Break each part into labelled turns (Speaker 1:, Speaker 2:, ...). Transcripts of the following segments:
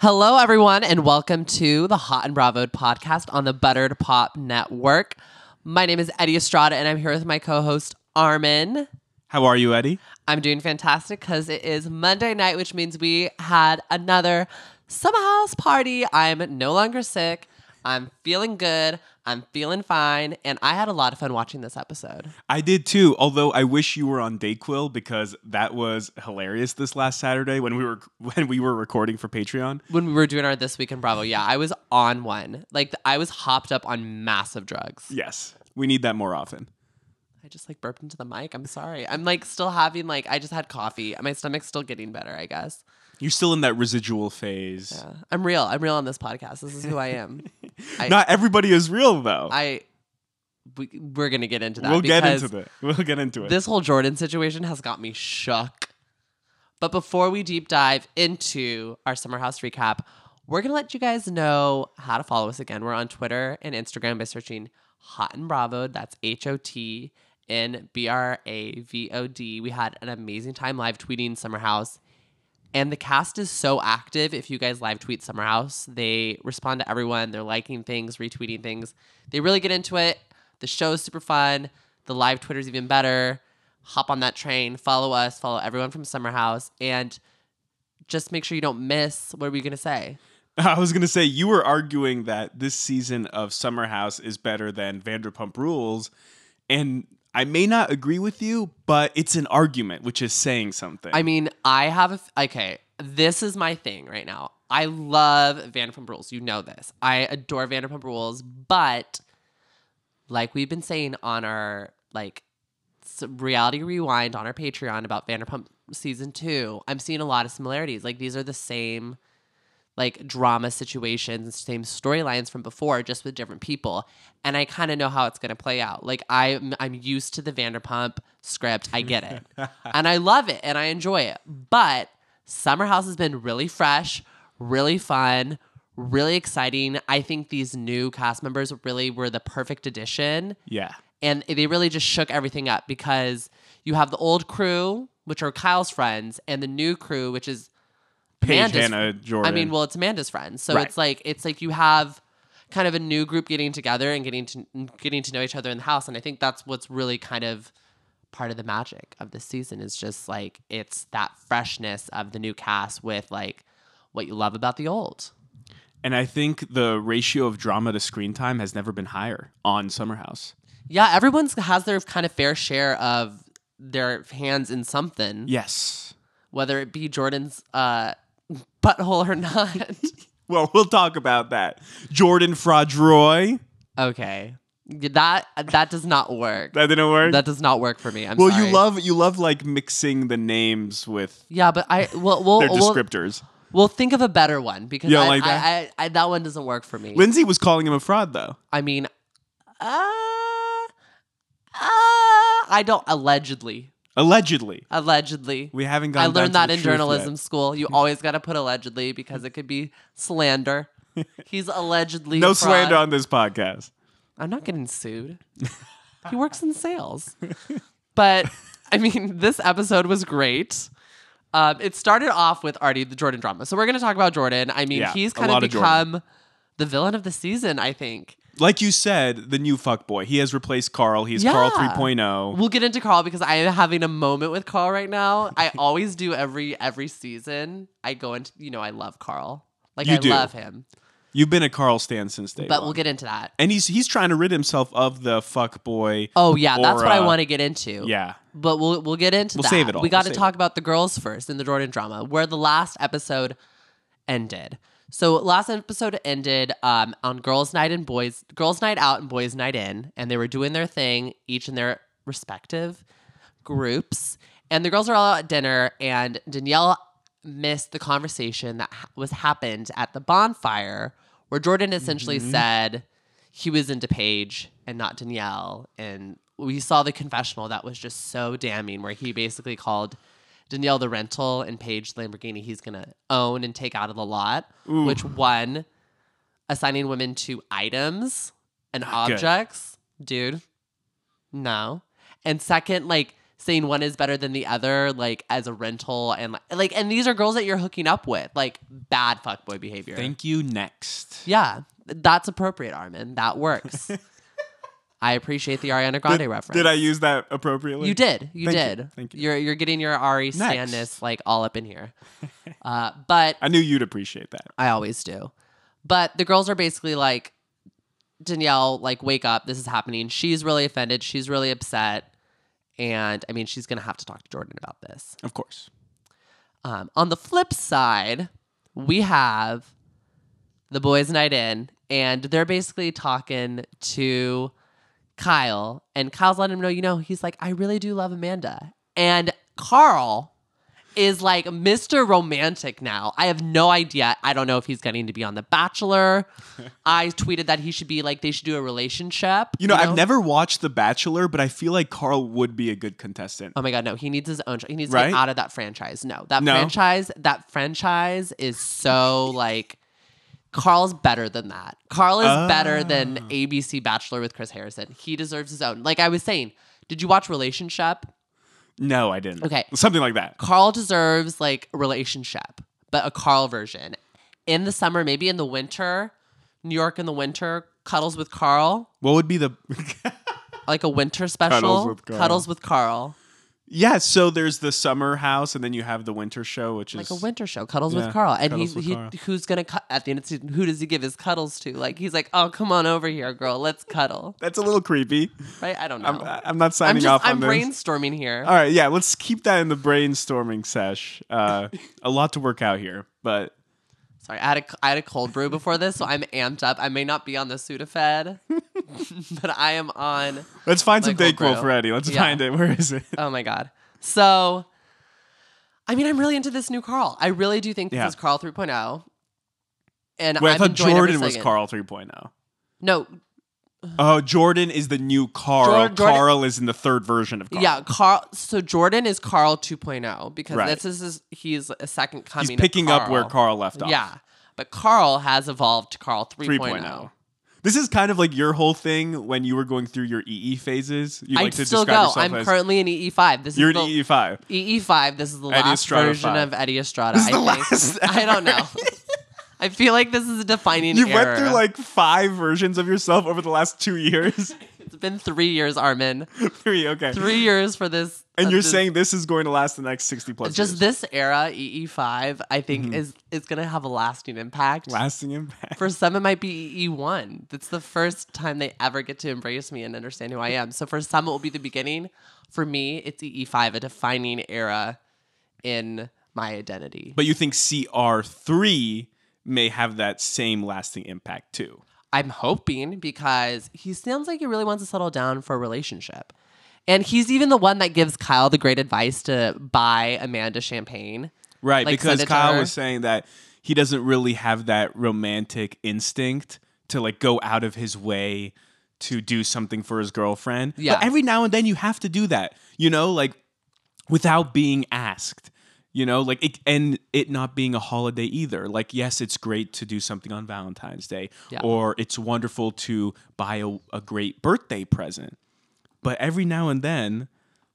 Speaker 1: Hello, everyone, and welcome to the Hot and Bravo podcast on the Buttered Pop Network. My name is Eddie Estrada, and I'm here with my co host, Armin.
Speaker 2: How are you, Eddie?
Speaker 1: I'm doing fantastic because it is Monday night, which means we had another summer house party. I'm no longer sick. I'm feeling good. I'm feeling fine. And I had a lot of fun watching this episode.
Speaker 2: I did too, although I wish you were on Dayquil because that was hilarious this last Saturday when we were when we were recording for Patreon.
Speaker 1: When we were doing our This Week in Bravo, yeah, I was on one. Like, I was hopped up on massive drugs.
Speaker 2: Yes, we need that more often.
Speaker 1: I just like burped into the mic. I'm sorry. I'm like still having, like, I just had coffee. My stomach's still getting better, I guess.
Speaker 2: You're still in that residual phase.
Speaker 1: Yeah. I'm real. I'm real on this podcast. This is who I am. I-
Speaker 2: Not everybody is real though.
Speaker 1: I we, we're gonna get into that.
Speaker 2: we'll get
Speaker 1: because
Speaker 2: into that. We'll get into it.
Speaker 1: This whole Jordan situation has got me shook. But before we deep dive into our summer house recap, we're gonna let you guys know how to follow us again. We're on Twitter and Instagram by searching Hot and Bravo. That's H O T N B R A V O D. We had an amazing time live tweeting Summer House. And the cast is so active. If you guys live tweet Summer House, they respond to everyone. They're liking things, retweeting things. They really get into it. The show is super fun. The live Twitter's even better. Hop on that train. Follow us. Follow everyone from Summer House. And just make sure you don't miss. What are we going to say?
Speaker 2: I was gonna say you were arguing that this season of Summer House is better than Vanderpump Rules, and I may not agree with you, but it's an argument, which is saying something.
Speaker 1: I mean, I have a. F- okay, this is my thing right now. I love Vanderpump Rules. You know this. I adore Vanderpump Rules, but like we've been saying on our like s- reality rewind on our Patreon about Vanderpump season two, I'm seeing a lot of similarities. Like these are the same like drama situations, same storylines from before, just with different people. And I kind of know how it's going to play out. Like I'm, I'm used to the Vanderpump script. I get it, and I love it, and I enjoy it. But Summer House has been really fresh, really fun, really exciting. I think these new cast members really were the perfect addition
Speaker 2: yeah.
Speaker 1: and they really just shook everything up because you have the old crew, which are Kyle's friends, and the new crew, which is
Speaker 2: Paige,
Speaker 1: Amanda's-
Speaker 2: Hannah, Jordan.
Speaker 1: I mean, well, it's Amanda's friends, so
Speaker 2: Right.
Speaker 1: it's like it's like you have kind of a new group getting together and getting to getting to know each other in the house, and I think that's what's really kind of part of the magic of this season is just like it's that freshness of the new cast with like what you love about the old.
Speaker 2: And I think the ratio of drama to screen time has never been higher on Summer House.
Speaker 1: Yeah, everyone's has their kind of fair share of their hands in something.
Speaker 2: Yes.
Speaker 1: whether it be Jordan's uh, butthole or not.
Speaker 2: Well, we'll talk about that. Jordan Fraudroy.
Speaker 1: okay, that that does not work.
Speaker 2: That didn't work.
Speaker 1: That does not work for me. I'm
Speaker 2: well,
Speaker 1: sorry.
Speaker 2: you love you love like mixing the names with
Speaker 1: Yeah, but I well we'll
Speaker 2: their
Speaker 1: we'll,
Speaker 2: descriptors.
Speaker 1: we'll think of a better one because
Speaker 2: You don't
Speaker 1: I,
Speaker 2: like
Speaker 1: I-
Speaker 2: that?
Speaker 1: I, I, that one doesn't work for me.
Speaker 2: Lindsay was calling him a fraud though.
Speaker 1: I mean, uh, uh, I don't allegedly
Speaker 2: Allegedly.
Speaker 1: allegedly.
Speaker 2: We haven't gone
Speaker 1: I
Speaker 2: down to
Speaker 1: learned that
Speaker 2: the
Speaker 1: in
Speaker 2: truth
Speaker 1: journalism
Speaker 2: yet.
Speaker 1: school. You always got to put allegedly because it could be slander. He's allegedly
Speaker 2: No
Speaker 1: fraud.
Speaker 2: slander on this podcast.
Speaker 1: I'm not getting sued. he works in sales. But I mean, this episode was great. Um, it started off with already the Jordan drama. So we're going to talk about Jordan. I mean,
Speaker 2: Yeah,
Speaker 1: he's
Speaker 2: a
Speaker 1: kind of
Speaker 2: lot of Jordan.
Speaker 1: become the villain of the season, I think.
Speaker 2: Like you said, the new fuckboy. He has replaced Carl. He's Carl oh.
Speaker 1: Yeah.
Speaker 2: 3.0.
Speaker 1: We'll get into Carl because I am having a moment with Carl right now. I always do every every season. I go into, you know, I love Carl. Like
Speaker 2: You
Speaker 1: I
Speaker 2: do.
Speaker 1: love him.
Speaker 2: You've been a Carl stan since day
Speaker 1: But
Speaker 2: one.
Speaker 1: we'll get into that.
Speaker 2: and he's he's trying to rid himself of the fuckboy.
Speaker 1: Oh yeah, that's what I
Speaker 2: Aura.
Speaker 1: want to get into.
Speaker 2: uh, Yeah.
Speaker 1: But we'll we'll get into
Speaker 2: We'll
Speaker 1: that.
Speaker 2: save it all.
Speaker 1: We got to
Speaker 2: We'll save
Speaker 1: talk about the girls first in the Jordan drama, where the last episode ended. So last episode ended um, on girls' night and boys girls' night out and boys' night in, and they were doing their thing, each in their respective groups. And the girls are all out at dinner, and Danielle missed the conversation that ha- was happened at the bonfire, where Jordan essentially said he was into Paige and not Danielle. And we saw the confessional that was just so damning, where he basically called Danielle the rental and Paige the Lamborghini he's going to own and take out of the lot, which one, assigning women to items and
Speaker 2: good.
Speaker 1: objects, dude, no. And second, like saying one is better than the other, like as a rental and like, like and these are girls that you're hooking up with, like bad fuckboy behavior.
Speaker 2: Thank you. Next.
Speaker 1: yeah, that's appropriate, Armin. That works. I appreciate the Ariana Grande reference.
Speaker 2: Did I use that appropriately?
Speaker 1: You did. You
Speaker 2: Thank you.
Speaker 1: did.
Speaker 2: Thank you.
Speaker 1: You're you're getting your Ari Stanis like all up in here. Uh, but
Speaker 2: I knew you'd appreciate that.
Speaker 1: I always do. But the girls are basically like, Danielle, like, wake up. This is happening. She's really offended. She's really upset. And I mean, she's going to have to talk to Jordan about this.
Speaker 2: Of course.
Speaker 1: Um, on the flip side, we have the boys' night in, and they're basically talking to Kyle, and Kyle's letting him know, you know, he's like, I really do love Amanda, and Carl is like Mr. Romantic now. I have no idea. I don't know if he's getting to be on The Bachelor. I tweeted that he should be like they should do a relationship.
Speaker 2: You know, I've never watched The Bachelor, but I feel like Carl would be a good contestant.
Speaker 1: Oh my god, no! He needs his own. He needs to
Speaker 2: Right?
Speaker 1: get out of that franchise. No, that
Speaker 2: No.
Speaker 1: franchise. That franchise is so like. Carl's better than that. Carl is better than
Speaker 2: Oh.
Speaker 1: ABC Bachelor with Chris Harrison. He deserves his own. Like I was saying, did you watch Relationship?
Speaker 2: no, I didn't.
Speaker 1: Okay.
Speaker 2: Something like that.
Speaker 1: Carl deserves like a relationship, but a Carl version. In the summer, maybe in the winter, New York in the winter, cuddles with Carl,
Speaker 2: What would be the.
Speaker 1: like a winter special.
Speaker 2: with Carl.
Speaker 1: Cuddles with Carl.
Speaker 2: yeah, so there's the summer house, and then you have the winter show, which
Speaker 1: like
Speaker 2: is.
Speaker 1: a winter show, cuddles
Speaker 2: Yeah,
Speaker 1: with Carl, and
Speaker 2: Cuddles
Speaker 1: he,
Speaker 2: with
Speaker 1: he
Speaker 2: Carl.
Speaker 1: who's gonna cut at the end of the season, who does he give his cuddles to? Like he's like, oh come on over here, girl, let's cuddle,
Speaker 2: That's a little creepy.
Speaker 1: right? I don't know.
Speaker 2: I'm,
Speaker 1: I'm,
Speaker 2: I'm not signing
Speaker 1: just
Speaker 2: off on
Speaker 1: I'm
Speaker 2: this.
Speaker 1: brainstorming here.
Speaker 2: All right, yeah, let's keep that in the brainstorming sesh. Uh, a lot to work out here, but
Speaker 1: Sorry, I had a I had a cold brew before this, so I'm amped up. I may not be on the Sudafed, but I am on.
Speaker 2: let's find some
Speaker 1: Michael
Speaker 2: Dayquil
Speaker 1: Brew.
Speaker 2: for Eddie. Let's
Speaker 1: Yeah.
Speaker 2: find it. Where is it?
Speaker 1: Oh my god. So, I mean, I'm really into this new Carl. I really do think this
Speaker 2: Yeah.
Speaker 1: is Carl 3.0. And
Speaker 2: Wait, I
Speaker 1: I'm
Speaker 2: thought
Speaker 1: enjoying every
Speaker 2: Jordan was
Speaker 1: second.
Speaker 2: Carl 3.0.
Speaker 1: No,
Speaker 2: Oh, Jordan is the new Carl.
Speaker 1: Jor- Jordan-
Speaker 2: Carl is in the third version of Carl.
Speaker 1: Yeah, Carl. So Jordan is Carl 2.0 because
Speaker 2: Right.
Speaker 1: this is his, he's a second coming.
Speaker 2: he's
Speaker 1: of
Speaker 2: picking up where Carl left off.
Speaker 1: Yeah, but Carl has evolved to Carl oh. 3.0.
Speaker 2: 3.0. This is kind of like your whole thing when you were going through your EE phases. You
Speaker 1: I
Speaker 2: like to
Speaker 1: still
Speaker 2: describe
Speaker 1: go.
Speaker 2: yourself
Speaker 1: I'm
Speaker 2: as
Speaker 1: currently in EE5. This
Speaker 2: you're
Speaker 1: is
Speaker 2: an E
Speaker 1: the
Speaker 2: EE5.
Speaker 1: EE5. This is the
Speaker 2: Eddie
Speaker 1: last
Speaker 2: Estrada
Speaker 1: version
Speaker 2: five.
Speaker 1: of Eddie Estrada.
Speaker 2: This
Speaker 1: I
Speaker 2: is the
Speaker 1: think.
Speaker 2: last
Speaker 1: I don't
Speaker 2: ever.
Speaker 1: know. I feel like this is a defining.
Speaker 2: You
Speaker 1: era.
Speaker 2: went through like five versions of yourself over the last two years.
Speaker 1: it's been three years, Armin.
Speaker 2: Three, okay.
Speaker 1: Three years for this.
Speaker 2: and
Speaker 1: of
Speaker 2: you're
Speaker 1: this-
Speaker 2: saying this is going to last the next 60 plus
Speaker 1: just
Speaker 2: years.
Speaker 1: this era EE5. I think
Speaker 2: Mm-hmm.
Speaker 1: is is gonna have a lasting impact.
Speaker 2: lasting impact.
Speaker 1: For some, it might be E1. That's the first time they ever get to embrace me and understand who I am. So for some, it will be the beginning. For me, it's E5, a defining era in my identity.
Speaker 2: But you think CR3 may have that same lasting impact too.
Speaker 1: I'm hoping because he sounds like he really wants to settle down for a relationship. And he's even the one that gives Kyle the great advice to buy Amanda champagne.
Speaker 2: Right,
Speaker 1: Like,
Speaker 2: because
Speaker 1: send it to
Speaker 2: Kyle
Speaker 1: her.
Speaker 2: was saying that he doesn't really have that romantic instinct to like go out of his way to do something for his girlfriend.
Speaker 1: Yeah.
Speaker 2: But every now and then you have to do that, you know, like without being asked. You know, like it, and it not being a holiday either. Like, yes, it's great to do something on Valentine's Day,
Speaker 1: Yeah.
Speaker 2: or it's wonderful to buy a, a great birthday present. But every now and then,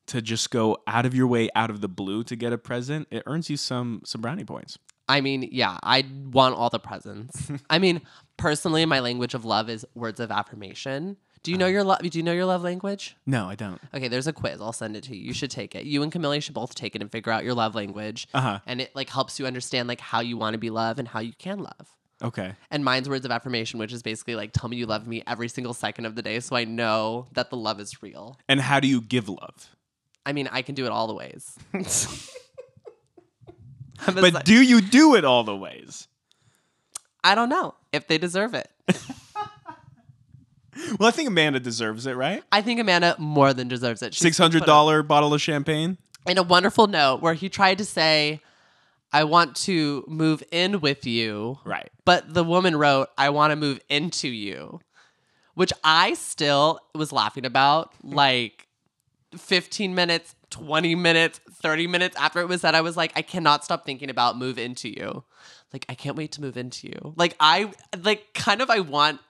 Speaker 2: to just go out of your way, out of the blue to get a present, it earns you some some brownie points.
Speaker 1: I mean, yeah, I want all the presents. I mean, personally, my language of love is words of affirmation. Do you know your love? Do you know your love language?
Speaker 2: No, I don't.
Speaker 1: Okay, there's a quiz. I'll send it to you. You should take it. You and Camille should both take it and figure out your love language.
Speaker 2: Uh-huh.
Speaker 1: And it like helps you understand like how you want to be loved and how you can love.
Speaker 2: Okay.
Speaker 1: And mine's words of affirmation, which is basically like tell me you love me every single second of the day, so I know that the love is real.
Speaker 2: And how do you give love?
Speaker 1: I mean, I can do it all the ways. I'm a
Speaker 2: But
Speaker 1: psych-
Speaker 2: do you do it all the ways?
Speaker 1: I don't know if they deserve it.
Speaker 2: Well, I think Amanda deserves it, right?
Speaker 1: I think Amanda more than deserves it. She's
Speaker 2: Six hundred
Speaker 1: put a-
Speaker 2: dollar bottle of champagne.
Speaker 1: in a wonderful note where he tried to say, I want to move in with you.
Speaker 2: Right.
Speaker 1: But the woman wrote, I want to move into you, which I still was laughing about like 15 minutes, 20 minutes, 30 minutes after it was said. I was like, I cannot stop thinking about move into you. Like, I can't wait to move into you. Like, I, like, kind of, I want.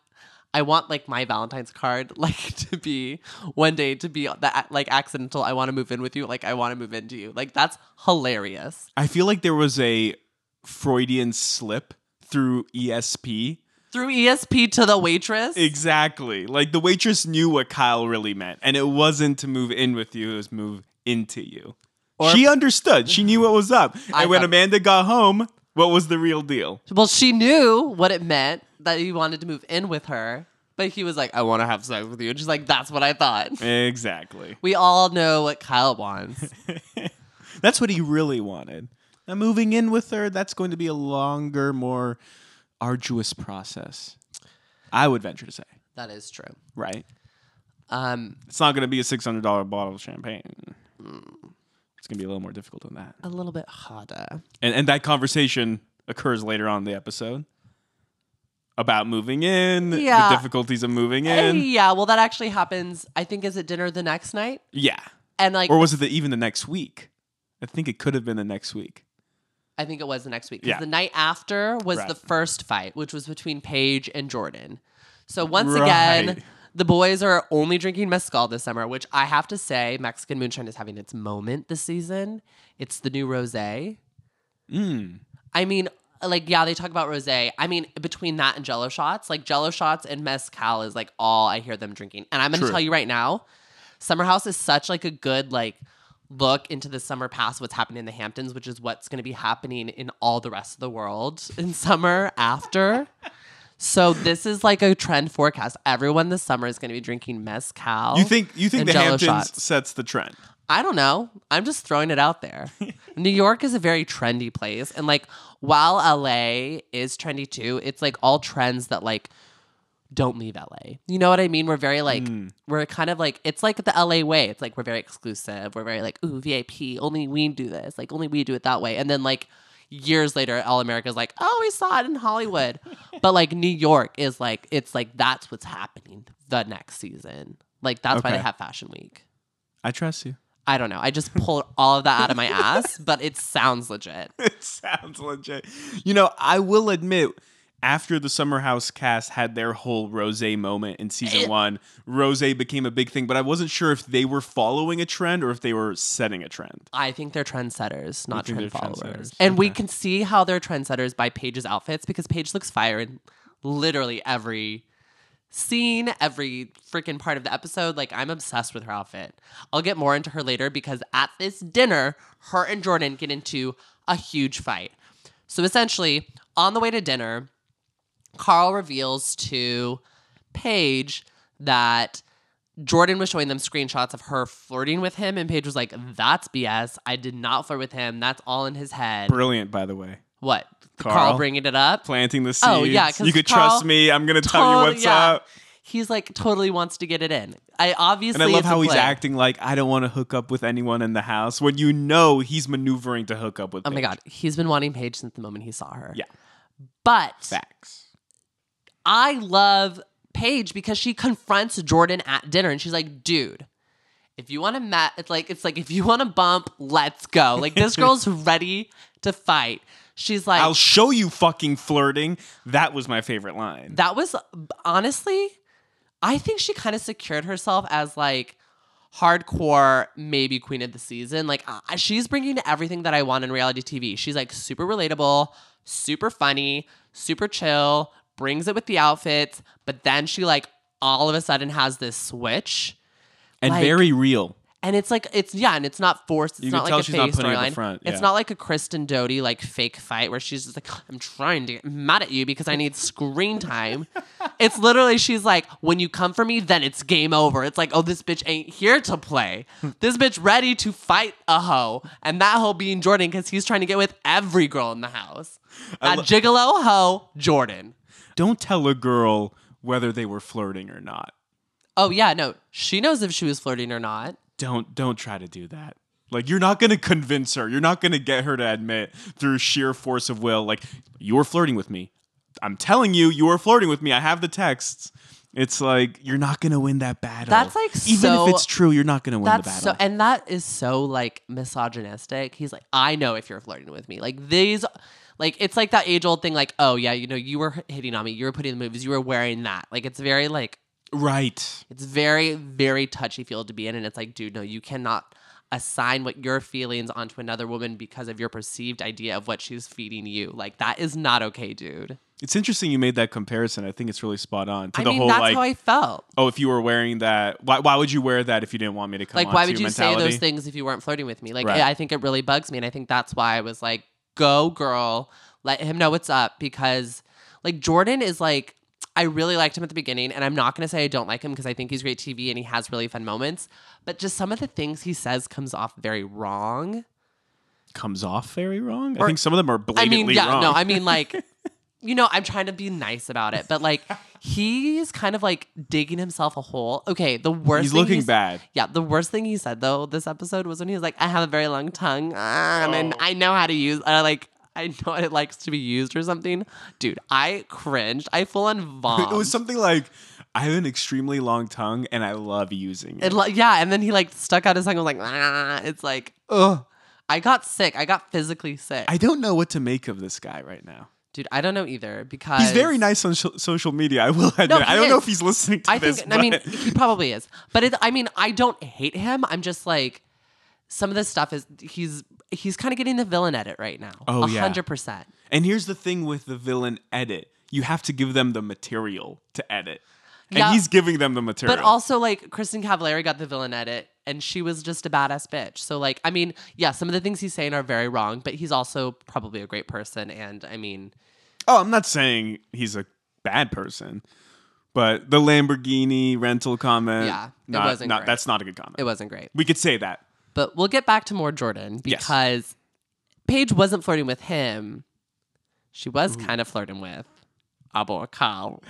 Speaker 1: I want like my Valentine's card like to be one day to be that like accidental. I want to move in with you. Like I want to move into you. Like that's hilarious.
Speaker 2: I feel like there was a Freudian slip through E ESP.
Speaker 1: Through ESP to the waitress.
Speaker 2: Exactly. Like the waitress knew what Kyle really meant, and it wasn't to move in with you, it was move into you.
Speaker 1: Or-
Speaker 2: she understood. She knew what was up.
Speaker 1: I
Speaker 2: And when
Speaker 1: thought-
Speaker 2: Amanda got home, what was the real deal?
Speaker 1: Well, she knew what it meant that he wanted to move in with her, but he was like, "I want to have sex with you," and she's like, "That's what I thought."
Speaker 2: Exactly.
Speaker 1: We all know what Kyle wants.
Speaker 2: That's what he really wanted. Now, moving in with her, that's going to be a longer, more arduous process. I would venture to say,
Speaker 1: that is true.
Speaker 2: right?
Speaker 1: Um,
Speaker 2: It's not going to be a $600 bottle of champagne. It's going to be a little more difficult than that.
Speaker 1: a little bit harder.
Speaker 2: And, and that conversation occurs later on in the episode about moving in,
Speaker 1: Yeah.
Speaker 2: the difficulties of moving
Speaker 1: Eh,
Speaker 2: in.
Speaker 1: yeah, well, that actually happens. I think is at dinner the next night,
Speaker 2: Yeah.
Speaker 1: and like
Speaker 2: Or was it the, even the next week? I think it could have been the next week.
Speaker 1: I think it was the next week. 'cause
Speaker 2: Yeah.
Speaker 1: the night after was
Speaker 2: Right.
Speaker 1: the first fight, which was between Paige and Jordan. So once
Speaker 2: Right.
Speaker 1: again, the boys are only drinking mezcal this summer, which I have to say, Mexican moonshine is having its moment this season. It's the new rosé.
Speaker 2: Mm.
Speaker 1: I mean, like yeah, they talk about rosé. I mean, between that and Jello shots, like Jello shots and mezcal is like all I hear them drinking. And I'm going to
Speaker 2: True.
Speaker 1: tell you right now, Summer House is such like a good like look into the summer past, what's happening in the Hamptons, which is what's going to be happening in all the rest of the world in summer after. So this is like a trend forecast. Everyone this summer is going to be drinking mezcal.
Speaker 2: You think you think
Speaker 1: and
Speaker 2: the
Speaker 1: Jell-O
Speaker 2: Hamptons
Speaker 1: Oh. shots.
Speaker 2: sets the trend?
Speaker 1: I don't know. I'm just throwing it out there. New York is a very trendy place. And like while LA is trendy too, it's like all trends that like don't leave LA. You know what I mean? We're very like we're kind of like it's like the LA way. It's like we're very exclusive. We're very like, ooh, VIP, only we do this. Like only we do it that way. And then like years later, all America's like, oh, we saw it in Hollywood. but like New York is like it's like that's what's happening the next season. Like that's why they
Speaker 2: Okay.
Speaker 1: have fashion week.
Speaker 2: I trust you.
Speaker 1: I don't know. I just pulled all of that out of my ass, but it sounds legit.
Speaker 2: it sounds legit. You know, I will admit, after the Summer House cast had their whole Rose moment in season one, Rose became a big thing, but I wasn't sure if they were following a trend or if they were setting a trend.
Speaker 1: I think they're trendsetters, not
Speaker 2: think
Speaker 1: trend
Speaker 2: they're
Speaker 1: followers.
Speaker 2: trendsetters.
Speaker 1: And we
Speaker 2: Okay.
Speaker 1: can see how they're trendsetters by Paige's outfits because Paige looks fire in literally every scene, every freaking part of the episode. Like, I'm obsessed with her outfit. I'll get more into her later because at this dinner, her and Jordan get into a huge fight. So essentially, on the way to dinner, Carl reveals to Paige that Jordan was showing them screenshots of her flirting with him, and Paige was like, "That's BS. I did not flirt with him. That's all in his head."
Speaker 2: Brilliant, by the way.
Speaker 1: What? Carl,
Speaker 2: Carl?
Speaker 1: bringing it up.
Speaker 2: Planting the seeds.
Speaker 1: Oh, yeah, 'cause
Speaker 2: you could
Speaker 1: Carl
Speaker 2: trust me. I'm gonna tell you
Speaker 1: Totally-
Speaker 2: what's
Speaker 1: yeah.
Speaker 2: up.
Speaker 1: He's like totally wants to get it in. I obviously
Speaker 2: And I love
Speaker 1: it's a
Speaker 2: how he's
Speaker 1: play.
Speaker 2: acting like I don't want to hook up with anyone in the house when you know he's maneuvering to hook up with.
Speaker 1: Oh my god, he's been wanting Paige since the moment he saw her.
Speaker 2: Yeah.
Speaker 1: but
Speaker 2: Facts.
Speaker 1: I love Paige because she confronts Jordan at dinner and she's like, dude, if you want to met it's like it's like if you want to bump, let's go. Like this girl's ready to fight. She's like
Speaker 2: I'll show you fucking flirting. That was my favorite line.
Speaker 1: that was honestly, I think she kind of secured herself as like hardcore maybe queen of the season. Like I she's bringing everything that I want in reality TV. She's like super relatable, super funny, super chill, brings it with the outfits, but then she like all of a sudden has this switch.
Speaker 2: and
Speaker 1: like-
Speaker 2: very real.
Speaker 1: And it's like it's yeah, and it's not forced. It's
Speaker 2: You can
Speaker 1: not
Speaker 2: tell
Speaker 1: like a
Speaker 2: she's not
Speaker 1: fake
Speaker 2: putting up a
Speaker 1: storyline.
Speaker 2: front, yeah.
Speaker 1: It's not like a Kristen Doty like fake fight where she's just like, I'm trying to get mad at you because I need screen time. it's literally she's like, when you come for me, then it's game over. It's like, oh, this bitch ain't here to play. this bitch ready to fight a hoe, and that hoe being Jordan because he's trying to get with every girl in the house. A gigolo hoe, Jordan.
Speaker 2: don't tell a girl whether they were flirting or not.
Speaker 1: Oh yeah, no, she knows if she was flirting or not.
Speaker 2: Don't don't try to do that. Like you're not going to convince her. You're not going to get her to admit through sheer force of will like you're flirting with me. I'm telling you you are flirting with me. I have the texts. It's like you're not going to win that battle.
Speaker 1: That's, like,
Speaker 2: even
Speaker 1: so-
Speaker 2: if it's true, you're not going to win the
Speaker 1: That's
Speaker 2: battle.
Speaker 1: so, and that is so like misogynistic. He's like, I know if you're flirting with me. Like these, Like it's like that age old thing, like, oh yeah, you know, you were hitting on me, you were putting in the movies, you were wearing that. Like it's very like
Speaker 2: Right.
Speaker 1: it's very, very touchy field to be in. And it's like, dude, no, you cannot assign what your feelings onto another woman because of your perceived idea of what she's feeding you. Like that is not okay, dude.
Speaker 2: It's interesting you made that comparison. I think it's really spot on to
Speaker 1: I
Speaker 2: the
Speaker 1: mean,
Speaker 2: whole
Speaker 1: that's
Speaker 2: like,
Speaker 1: how I felt.
Speaker 2: oh, if you were wearing that, why, why would you wear that if you didn't want me to come?
Speaker 1: Like,
Speaker 2: on
Speaker 1: why
Speaker 2: to
Speaker 1: would
Speaker 2: your
Speaker 1: you
Speaker 2: mentality?
Speaker 1: say those things if you weren't flirting with me? Like,
Speaker 2: Right.
Speaker 1: I think it really bugs me. And I think that's why I was like, go, girl, let him know what's up. Because, like, Jordan is like, I really liked him at the beginning. And I'm not going to say I don't like him because I think he's great TV and he has really fun moments. But just some of the things he says comes off very wrong.
Speaker 2: Comes off very wrong. I
Speaker 1: Or-
Speaker 2: think some of them are
Speaker 1: I
Speaker 2: blatantly
Speaker 1: mean, yeah,
Speaker 2: wrong.
Speaker 1: no, I mean, like, you know, I'm trying to be nice about it, but like, he's kind of like digging himself a hole. Okay, the worst.
Speaker 2: he's
Speaker 1: thing
Speaker 2: looking
Speaker 1: he's-
Speaker 2: bad.
Speaker 1: Yeah, the worst thing he said though this episode was when he was like, "I have a very long tongue, ah, and then
Speaker 2: Oh.
Speaker 1: I know how to use, uh, like, I know what it likes to be used or something." Dude, I cringed. I full on vom.
Speaker 2: It was something like, I have an extremely long tongue and I love using it.
Speaker 1: It, li- yeah, and then he like stuck out his tongue. and was like, ah, it's like, ugh. I got sick. I got physically sick,
Speaker 2: I don't know what to make of this guy right now.
Speaker 1: dude. I don't know either because
Speaker 2: He's very nice on so- social media. I will admit.
Speaker 1: he
Speaker 2: I don't know
Speaker 1: is.
Speaker 2: if he's listening to
Speaker 1: I
Speaker 2: this.
Speaker 1: think. I mean,
Speaker 2: but-
Speaker 1: he probably is. But it, I mean, I don't hate him. I'm just like, some of this stuff is he's he's kind of getting the villain at it right now.
Speaker 2: Oh, yeah.
Speaker 1: hundred percent.
Speaker 2: and here's the thing with the villain edit: you have to give them the material to edit, and
Speaker 1: Yeah.
Speaker 2: he's giving them the material.
Speaker 1: But also, like Kristen Cavallari got the villain edit, and she was just a badass bitch. So, like, I mean, yeah, some of the things he's saying are very wrong, but he's also probably a great person. And I mean,
Speaker 2: oh, I'm not saying he's a bad person, but the Lamborghini rental comment.
Speaker 1: Yeah, it
Speaker 2: not,
Speaker 1: wasn't
Speaker 2: not-
Speaker 1: great.
Speaker 2: that's not a good comment.
Speaker 1: it wasn't great.
Speaker 2: we could say that.
Speaker 1: But we'll get back to more Jordan
Speaker 2: Yes.
Speaker 1: because Paige wasn't flirting with him. She was kind of flirting with our boy Carl.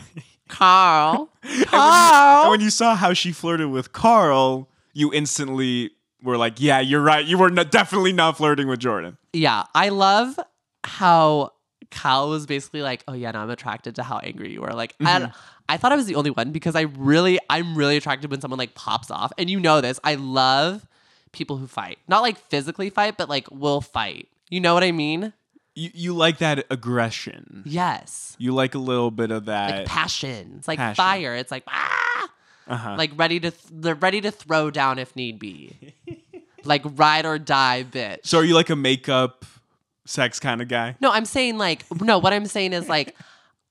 Speaker 1: Carl.
Speaker 2: And
Speaker 1: Carl.
Speaker 2: when you saw how she flirted with Carl, you instantly were like, "Yeah, you're right. You were not, definitely not flirting with Jordan."
Speaker 1: yeah, I love how Kyle was basically like, "Oh yeah, no, I'm attracted to how angry you are." Like, I,
Speaker 2: Mm-hmm.
Speaker 1: I thought I was the only one because I really, I'm really attracted when someone like pops off, and you know this. I love people who fight, not like physically fight, but like will fight. You know what I mean?
Speaker 2: You you like that aggression.
Speaker 1: Yes,
Speaker 2: You like a little bit of that.
Speaker 1: like passion. It's like
Speaker 2: Passion.
Speaker 1: fire. It's like ah,
Speaker 2: uh-huh.
Speaker 1: like ready to, th- they're ready to throw down if need be, like ride or die, bitch.
Speaker 2: so are you like a makeup sex kind of guy?
Speaker 1: No, I'm saying like no. What I'm saying is like,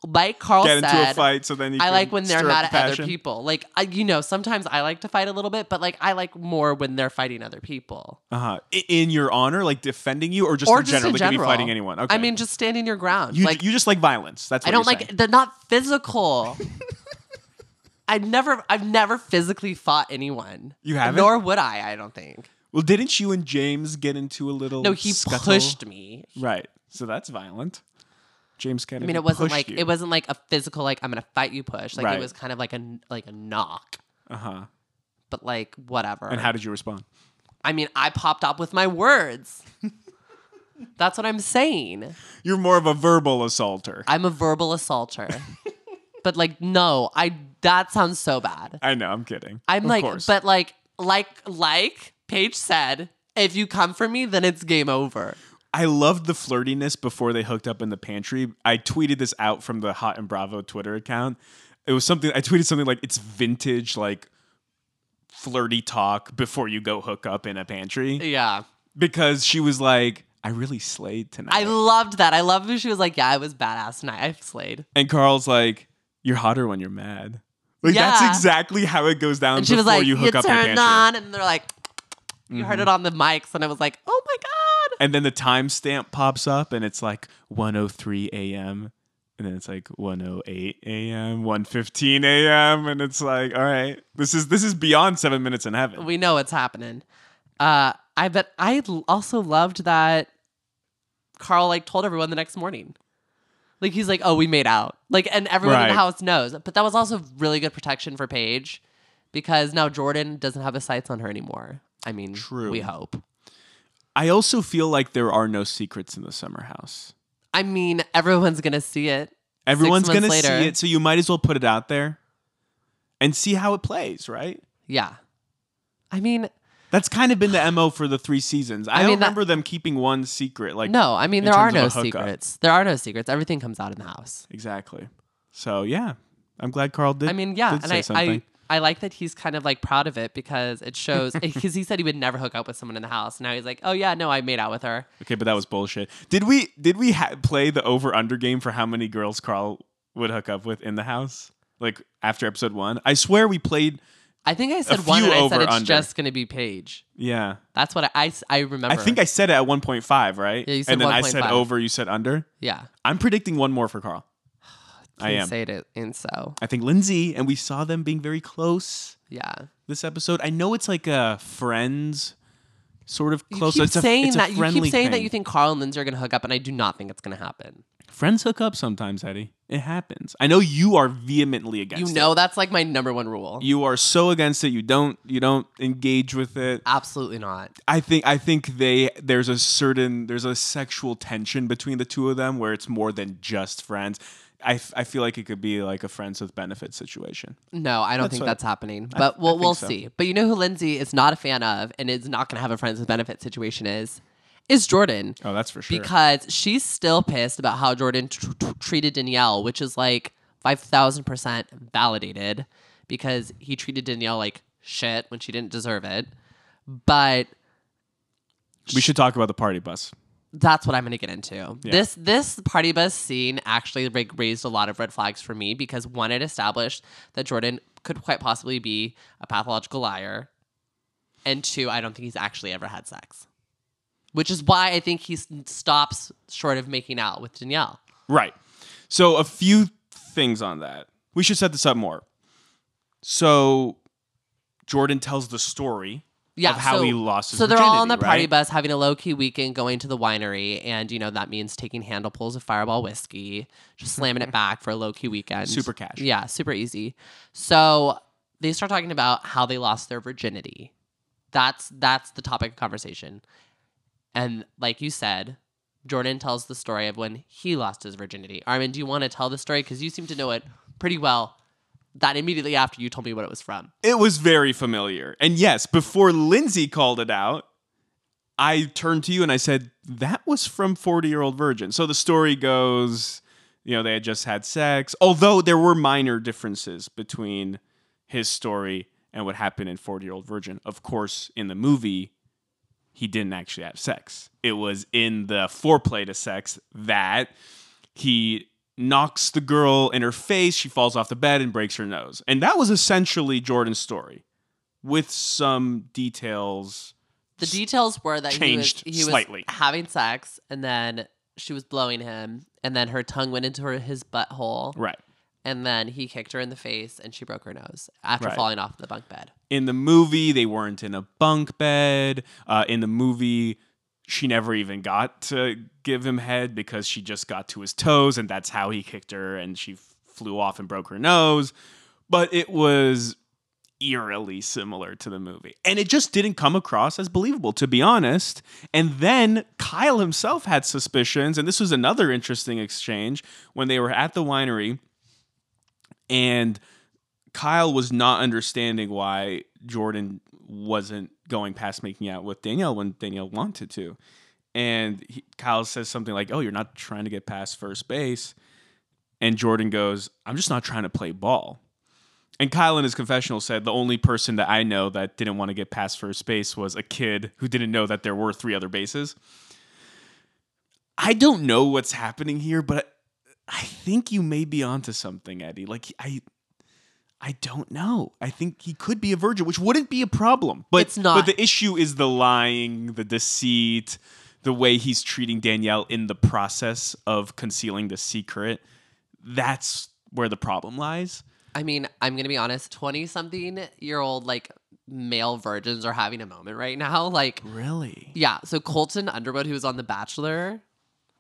Speaker 1: like Carl
Speaker 2: Get into
Speaker 1: said,
Speaker 2: a fight, so then you
Speaker 1: I
Speaker 2: can
Speaker 1: like when they're
Speaker 2: stir up
Speaker 1: mad
Speaker 2: the
Speaker 1: at other
Speaker 2: passion?
Speaker 1: people. Like I, you know, sometimes I like to fight a little bit, but like I like more when they're fighting other people
Speaker 2: Uh-huh. I- In your honor, like defending you, or just
Speaker 1: or
Speaker 2: in
Speaker 1: just
Speaker 2: general,
Speaker 1: in
Speaker 2: they could
Speaker 1: general.
Speaker 2: be fighting anyone. Okay.
Speaker 1: I mean, just standing your ground.
Speaker 2: you,
Speaker 1: like
Speaker 2: you just like violence. That's what
Speaker 1: I don't
Speaker 2: you're
Speaker 1: like
Speaker 2: saying.
Speaker 1: they're not physical. I never, I've never physically fought anyone.
Speaker 2: You haven't?
Speaker 1: nor would I. I don't think.
Speaker 2: Well, didn't you and James get into a little?
Speaker 1: No, he
Speaker 2: scuttle?
Speaker 1: pushed me.
Speaker 2: Right. So that's violent. James
Speaker 1: I
Speaker 2: Kennedy.
Speaker 1: mean, it wasn't
Speaker 2: pushed
Speaker 1: like
Speaker 2: you.
Speaker 1: it wasn't like a physical like I'm gonna fight you push. Like
Speaker 2: Right.
Speaker 1: it was kind of like a like a knock.
Speaker 2: Uh huh.
Speaker 1: but like whatever.
Speaker 2: And how did you respond?
Speaker 1: I mean, I popped up with my words. That's what I'm saying.
Speaker 2: You're more of a verbal assaulter.
Speaker 1: I'm a verbal assaulter. but like no, I that sounds so bad.
Speaker 2: I know. I'm kidding.
Speaker 1: I'm
Speaker 2: Of
Speaker 1: like
Speaker 2: course.
Speaker 1: but like like like Paige said, if you come for me then it's game over.
Speaker 2: I loved the flirtiness before they hooked up in the pantry. I tweeted this out from the Hot and Bravo Twitter account. It was something I tweeted something like it's vintage like flirty talk before you go hook up in a pantry
Speaker 1: Yeah.
Speaker 2: because she was like I really slayed tonight.
Speaker 1: I loved that. I loved when she was like, "Yeah, I was badass tonight. I slayed."
Speaker 2: and Carl's like you're hotter when you're mad. Like
Speaker 1: Yeah.
Speaker 2: that's exactly how it goes down
Speaker 1: And she
Speaker 2: before
Speaker 1: was like,
Speaker 2: you
Speaker 1: "You,
Speaker 2: hook up in a
Speaker 1: turned
Speaker 2: pantry. Mm-hmm.
Speaker 1: on," and they're like, "You heard it on the mics," and I was like, "Oh my god!"
Speaker 2: And then the timestamp pops up and it's like 103 a.m. And then it's like 108 a.m., 115 a.m. And it's like, all right, this is this is beyond seven minutes in heaven.
Speaker 1: we know what's happening. Uh, I bet I l- also loved that Carl like told everyone the next morning. Like he's like, oh, we made out. Like, and everyone in
Speaker 2: Right.
Speaker 1: the house knows. But that was also really good protection for Paige because now Jordan doesn't have his sights on her anymore. I mean,
Speaker 2: True.
Speaker 1: We hope.
Speaker 2: I also feel like there are no secrets in the summer house.
Speaker 1: I mean, everyone's gonna see it.
Speaker 2: Everyone's
Speaker 1: months
Speaker 2: gonna
Speaker 1: later.
Speaker 2: see it, so you might as well put it out there and see how it plays, right?
Speaker 1: Yeah. I mean,
Speaker 2: That's kind of been the mo for the three seasons. I,
Speaker 1: I mean,
Speaker 2: don't
Speaker 1: that-
Speaker 2: remember them keeping one secret. Like
Speaker 1: No, I mean
Speaker 2: in
Speaker 1: there are no
Speaker 2: terms of a hookup.
Speaker 1: secrets. There are no secrets. Everything comes out in the house.
Speaker 2: exactly. So yeah, I'm glad Carl did.
Speaker 1: I mean, yeah,
Speaker 2: did
Speaker 1: and
Speaker 2: say
Speaker 1: I,
Speaker 2: something.
Speaker 1: I I like that he's kind of like proud of it because it shows because he said he would never hook up with someone in the house. Now he's like, oh yeah, no, I made out with her.
Speaker 2: okay, but that was bullshit. Did we did we ha- play the over under game for how many girls Carl would hook up with in the house? Like after episode one, I swear we played.
Speaker 1: I think I said one,
Speaker 2: few
Speaker 1: and I said
Speaker 2: over
Speaker 1: it's
Speaker 2: under.
Speaker 1: just gonna be Paige.
Speaker 2: Yeah,
Speaker 1: That's what I, I s- I remember.
Speaker 2: I think I said it at 1.5, right?
Speaker 1: Yeah, you said
Speaker 2: and then I said
Speaker 1: 1.5.
Speaker 2: over. You said under.
Speaker 1: yeah.
Speaker 2: I'm predicting one more for Carl. I
Speaker 1: Please
Speaker 2: am.
Speaker 1: say it in so
Speaker 2: I think Lindsay, and we saw them being very close
Speaker 1: yeah.
Speaker 2: this episode. I know it's like a friends sort of
Speaker 1: You
Speaker 2: close.
Speaker 1: keep
Speaker 2: it's a,
Speaker 1: saying
Speaker 2: it's a
Speaker 1: that you
Speaker 2: friendly
Speaker 1: keep saying that
Speaker 2: thing.
Speaker 1: you think Carl and Lindsay are gonna hook up, and I do not think it's gonna happen.
Speaker 2: friends hook up sometimes, Eddie. It happens. I know you are vehemently
Speaker 1: You
Speaker 2: against.
Speaker 1: know that's like my number one rule.
Speaker 2: it. you are so against it. You don't you don't engage with it.
Speaker 1: Absolutely not.
Speaker 2: I think I think they there's a certain there's a sexual tension between the two of them where it's more than just friends. I, f- I feel like it could be like a friends with benefits situation.
Speaker 1: No, I don't think
Speaker 2: what-
Speaker 1: that's happening. But
Speaker 2: I
Speaker 1: we'll
Speaker 2: think
Speaker 1: we'll
Speaker 2: so.
Speaker 1: see. But you know who Lindsay is not a fan of and is not going to have a friends with benefit situation is is Jordan
Speaker 2: Oh, that's for sure.
Speaker 1: because she's still pissed about how Jordan tr- tr- treated Danielle, which is like five thousand percent validated because he treated Danielle like shit when she didn't deserve it. But
Speaker 2: we should talk about the party bus.
Speaker 1: that's what I'm going to get into. This this party bus scene actually like raised a lot of red flags for me because one, it established that Jordan could quite possibly be a pathological liar, and two, I don't think he's actually ever had sex, which is why I think he s- stops short of making out with Danielle.
Speaker 2: Right. So a few things on that. We should set this up more. So Jordan tells the story
Speaker 1: Yeah,
Speaker 2: of how
Speaker 1: so-
Speaker 2: he lost his
Speaker 1: So they're all on the
Speaker 2: virginity,
Speaker 1: party
Speaker 2: right?
Speaker 1: bus having a low key weekend, going to the winery, and you know that means taking handle pulls of Fireball whiskey, just slamming it back for a low key weekend.
Speaker 2: Super cash.
Speaker 1: Yeah, super easy. So they start talking about how they lost their virginity. That's that's the topic of conversation. And like you said, Jordan tells the story of when he lost his virginity. Armin, do you want to tell the story because you seem to know it pretty well? That immediately after you told me what it was from.
Speaker 2: It was very familiar. And yes, before Lindsay called it out, I turned to you and I said, That was from 40 year old virgin. So the story goes, you know, they had just had sex, although there were minor differences between his story and what happened in 40 year old virgin. Of course, in the movie, he didn't actually have sex. It was in the foreplay to sex that he knocks the girl in her face. She falls off the bed and breaks her nose. And that was essentially Jordan's story with some details.
Speaker 1: The details were that
Speaker 2: changed
Speaker 1: he was, he was
Speaker 2: slightly.
Speaker 1: having sex, and then she was blowing him, and then her tongue went into her, his butthole,
Speaker 2: Right.
Speaker 1: and then he kicked her in the face, and she broke her nose after
Speaker 2: Right.
Speaker 1: falling off the bunk bed.
Speaker 2: In the movie, they weren't in a bunk bed. Uh, in the movie, she never even got to give him head because she just got to his toes, and that's how he kicked her, and she f- flew off and broke her nose. But it was eerily similar to the movie. And it just didn't come across as believable, to be honest. And then Kyle himself had suspicions, and this was another interesting exchange when they were at the winery and Kyle was not understanding why Jordan wasn't going past making out with Danielle when Danielle wanted to. And he, Kyle says something like, Oh, you're not trying to get past first base. And Jordan goes, I'm just not trying to play ball. And Kyle in his confessional said, The only person that I know that didn't want to get past first base was a kid who didn't know that there were three other bases. I don't know what's happening here, but I think you may be onto something, Eddie. Like, I. I don't know. I think he could be a virgin, which wouldn't be a problem. But
Speaker 1: It's not.
Speaker 2: But the issue is the lying, the deceit, the way he's treating Danielle in the process of concealing the secret. That's where the problem lies.
Speaker 1: I mean, I'm gonna be honest, twenty something year old like male virgins are having a moment right now. Like,
Speaker 2: Really?
Speaker 1: yeah. So Colton Underwood, who was on The Bachelor,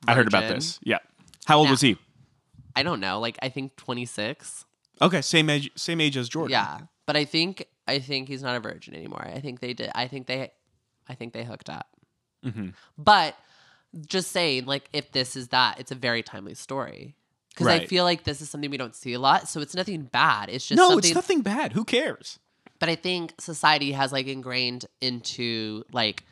Speaker 2: I heard about
Speaker 1: virgin.
Speaker 2: this. Yeah. How old
Speaker 1: Nah.
Speaker 2: was he?
Speaker 1: I don't know, like I think twenty six.
Speaker 2: Okay, same age, same age as Jordan.
Speaker 1: Yeah, but I think I think he's not a virgin anymore. I think they did. I think they, I think they hooked up.
Speaker 2: Mhm.
Speaker 1: But just saying, like, if this is that, it's a very timely story because I
Speaker 2: Right.
Speaker 1: feel like this is something we don't see a lot. So it's nothing bad. It's just
Speaker 2: no,
Speaker 1: something,
Speaker 2: it's nothing bad. Who cares?
Speaker 1: But I think society has like ingrained into like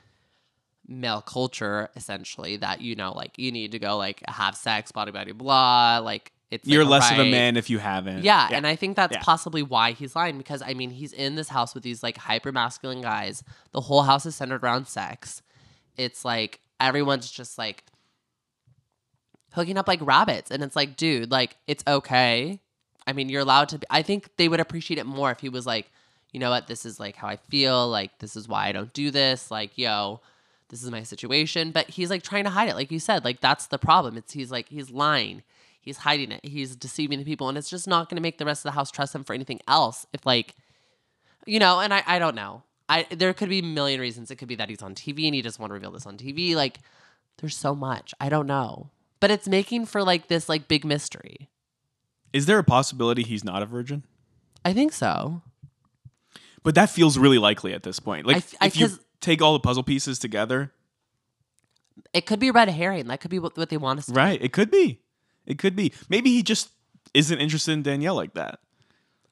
Speaker 1: male culture essentially that you know like you need to go like have sex, blah blah blah, blah like it's like,
Speaker 2: You're less of a
Speaker 1: right.
Speaker 2: man if you haven't.
Speaker 1: Yeah, and I think that's
Speaker 2: Yeah.
Speaker 1: possibly why he's lying because I mean he's in this house with these like hyper masculine guys. The whole house is centered around sex. It's like everyone's just like hooking up like rabbits, and it's like, dude, like it's okay. I mean, you're allowed to. Be, I think they would appreciate it more if he was like, you know what, this is like how I feel. Like this is why I don't do this. Like yo. This is my situation, but he's like trying to hide it, like you said. Like that's the problem. It's he's like he's lying he's hiding it he's deceiving the people and it's just not going to make the rest of the house trust him for anything else if like you know and i, I don't know I there could be a million reasons it could be that he's on tv and he doesn't want to reveal this on tv like there's so much i don't know but it's making for like this like big mystery
Speaker 2: Is there a possibility he's not a virgin?
Speaker 1: i think so
Speaker 2: But that feels really likely at this point. Like
Speaker 1: I f- I-
Speaker 2: if you
Speaker 1: 'cause-
Speaker 2: take all the puzzle pieces together,
Speaker 1: it could be red herring that could be what, what they want us to
Speaker 2: right? It could be. It could be. Maybe he just isn't interested in Danielle like that.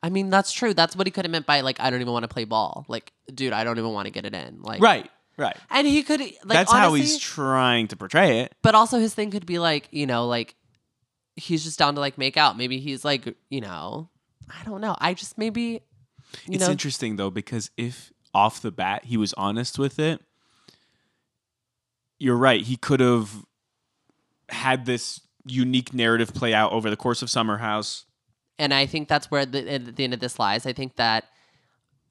Speaker 1: i mean that's true that's what he could have meant by like i don't even want to play ball like dude i don't even want to get it in like
Speaker 2: Right. Right.
Speaker 1: and he could like
Speaker 2: That's how he's
Speaker 1: honestly-
Speaker 2: trying to portray it.
Speaker 1: But also his thing could be like, you know, like he's just down to like make out. Maybe he's like, you know, I don't know. I just maybe you
Speaker 2: it's
Speaker 1: know
Speaker 2: interesting though because if off the bat he was honest with it, you're right. He could have had this unique narrative play out over the course of Summer House.
Speaker 1: and I think that's where the at the end of this lies. I think that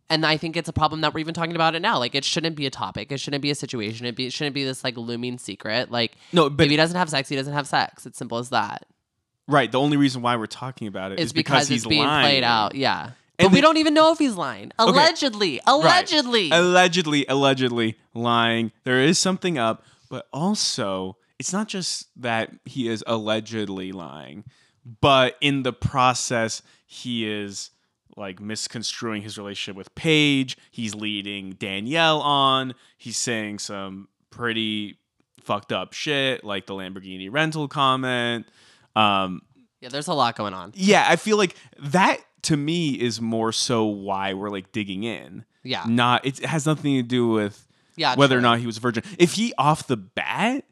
Speaker 1: and I think it's a problem that we're even talking about it now. Like it shouldn't be a topic. It shouldn't be a situation. It, be, it shouldn't be this like looming secret. Like
Speaker 2: No, but
Speaker 1: if he doesn't have sex, he doesn't have sex. It's simple as that.
Speaker 2: right. The only reason why we're talking about it
Speaker 1: It's
Speaker 2: is because, he's
Speaker 1: it's being
Speaker 2: lying.
Speaker 1: played out. Yeah.
Speaker 2: And
Speaker 1: But we
Speaker 2: the-
Speaker 1: don't even know if he's lying. Allegedly. Allegedly.
Speaker 2: Allegedly, allegedly lying. There is something up, but also it's not just that he is allegedly lying, but in the process, he is like misconstruing his relationship with Paige. He's leading Danielle on. He's saying some pretty fucked up shit, like the Lamborghini rental comment. Um,
Speaker 1: yeah, there's a lot going on.
Speaker 2: yeah, I feel like that to me is more so why we're like digging in
Speaker 1: Yeah.
Speaker 2: not it has nothing to do with
Speaker 1: Yeah.
Speaker 2: whether or
Speaker 1: true.
Speaker 2: not he was a virgin. If he off the bat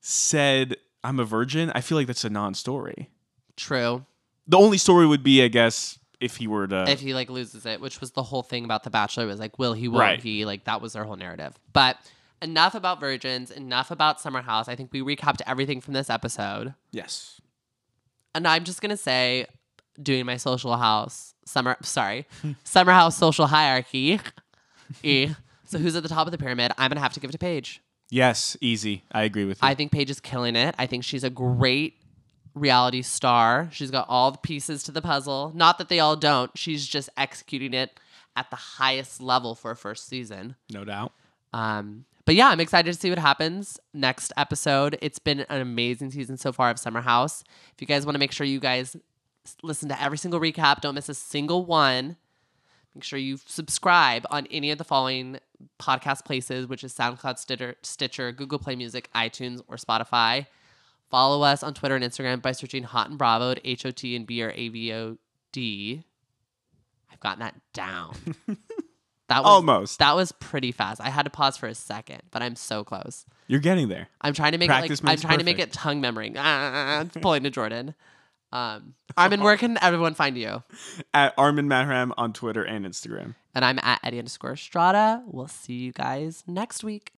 Speaker 2: said I'm a virgin, I feel like that's a non-story.
Speaker 1: True.
Speaker 2: The only story would be, I guess, if he were to
Speaker 1: if he like loses it, which was the whole thing about The Bachelor was like, will he, won't
Speaker 2: Right.
Speaker 1: he? Like that was their whole narrative. But enough about virgins, enough about Summer House. I think we recapped everything from this episode.
Speaker 2: yes.
Speaker 1: And I'm just gonna say, doing my social house summer sorry, summer house social hierarchy. e. So who's at the top of the pyramid? I'm gonna have to give it to Paige.
Speaker 2: Yes, easy. I agree with you.
Speaker 1: I think Paige is killing it. I think she's a great reality star. She's got all the pieces to the puzzle. Not that they all don't. She's just executing it at the highest level for a first season.
Speaker 2: no doubt.
Speaker 1: Um, but yeah, I'm excited to see what happens next episode. It's been an amazing season so far of Summer House. If you guys want to make sure you guys s- listen to every single recap, don't miss a single one. Make sure you subscribe on any of the following podcast places, which is SoundCloud, Stitcher, Stitcher Google Play Music, iTunes, or Spotify. Follow us on Twitter and Instagram by searching Hot and Bravo, H O T and B R A V O D. I've gotten that down.
Speaker 2: Oh,
Speaker 1: that was
Speaker 2: Almost.
Speaker 1: that was pretty fast. I had to pause for a second, but I'm so close.
Speaker 2: You're getting there.
Speaker 1: I'm trying to make
Speaker 2: Practice
Speaker 1: it like I'm
Speaker 2: makes
Speaker 1: trying to make it
Speaker 2: perfect.
Speaker 1: tongue memory. Ah, it's pulling to Jordan. Um, Armin, where can everyone find you?
Speaker 2: At Armin Mahram on Twitter and Instagram.
Speaker 1: And I'm at Eddie underscore Strada. We'll see you guys next week.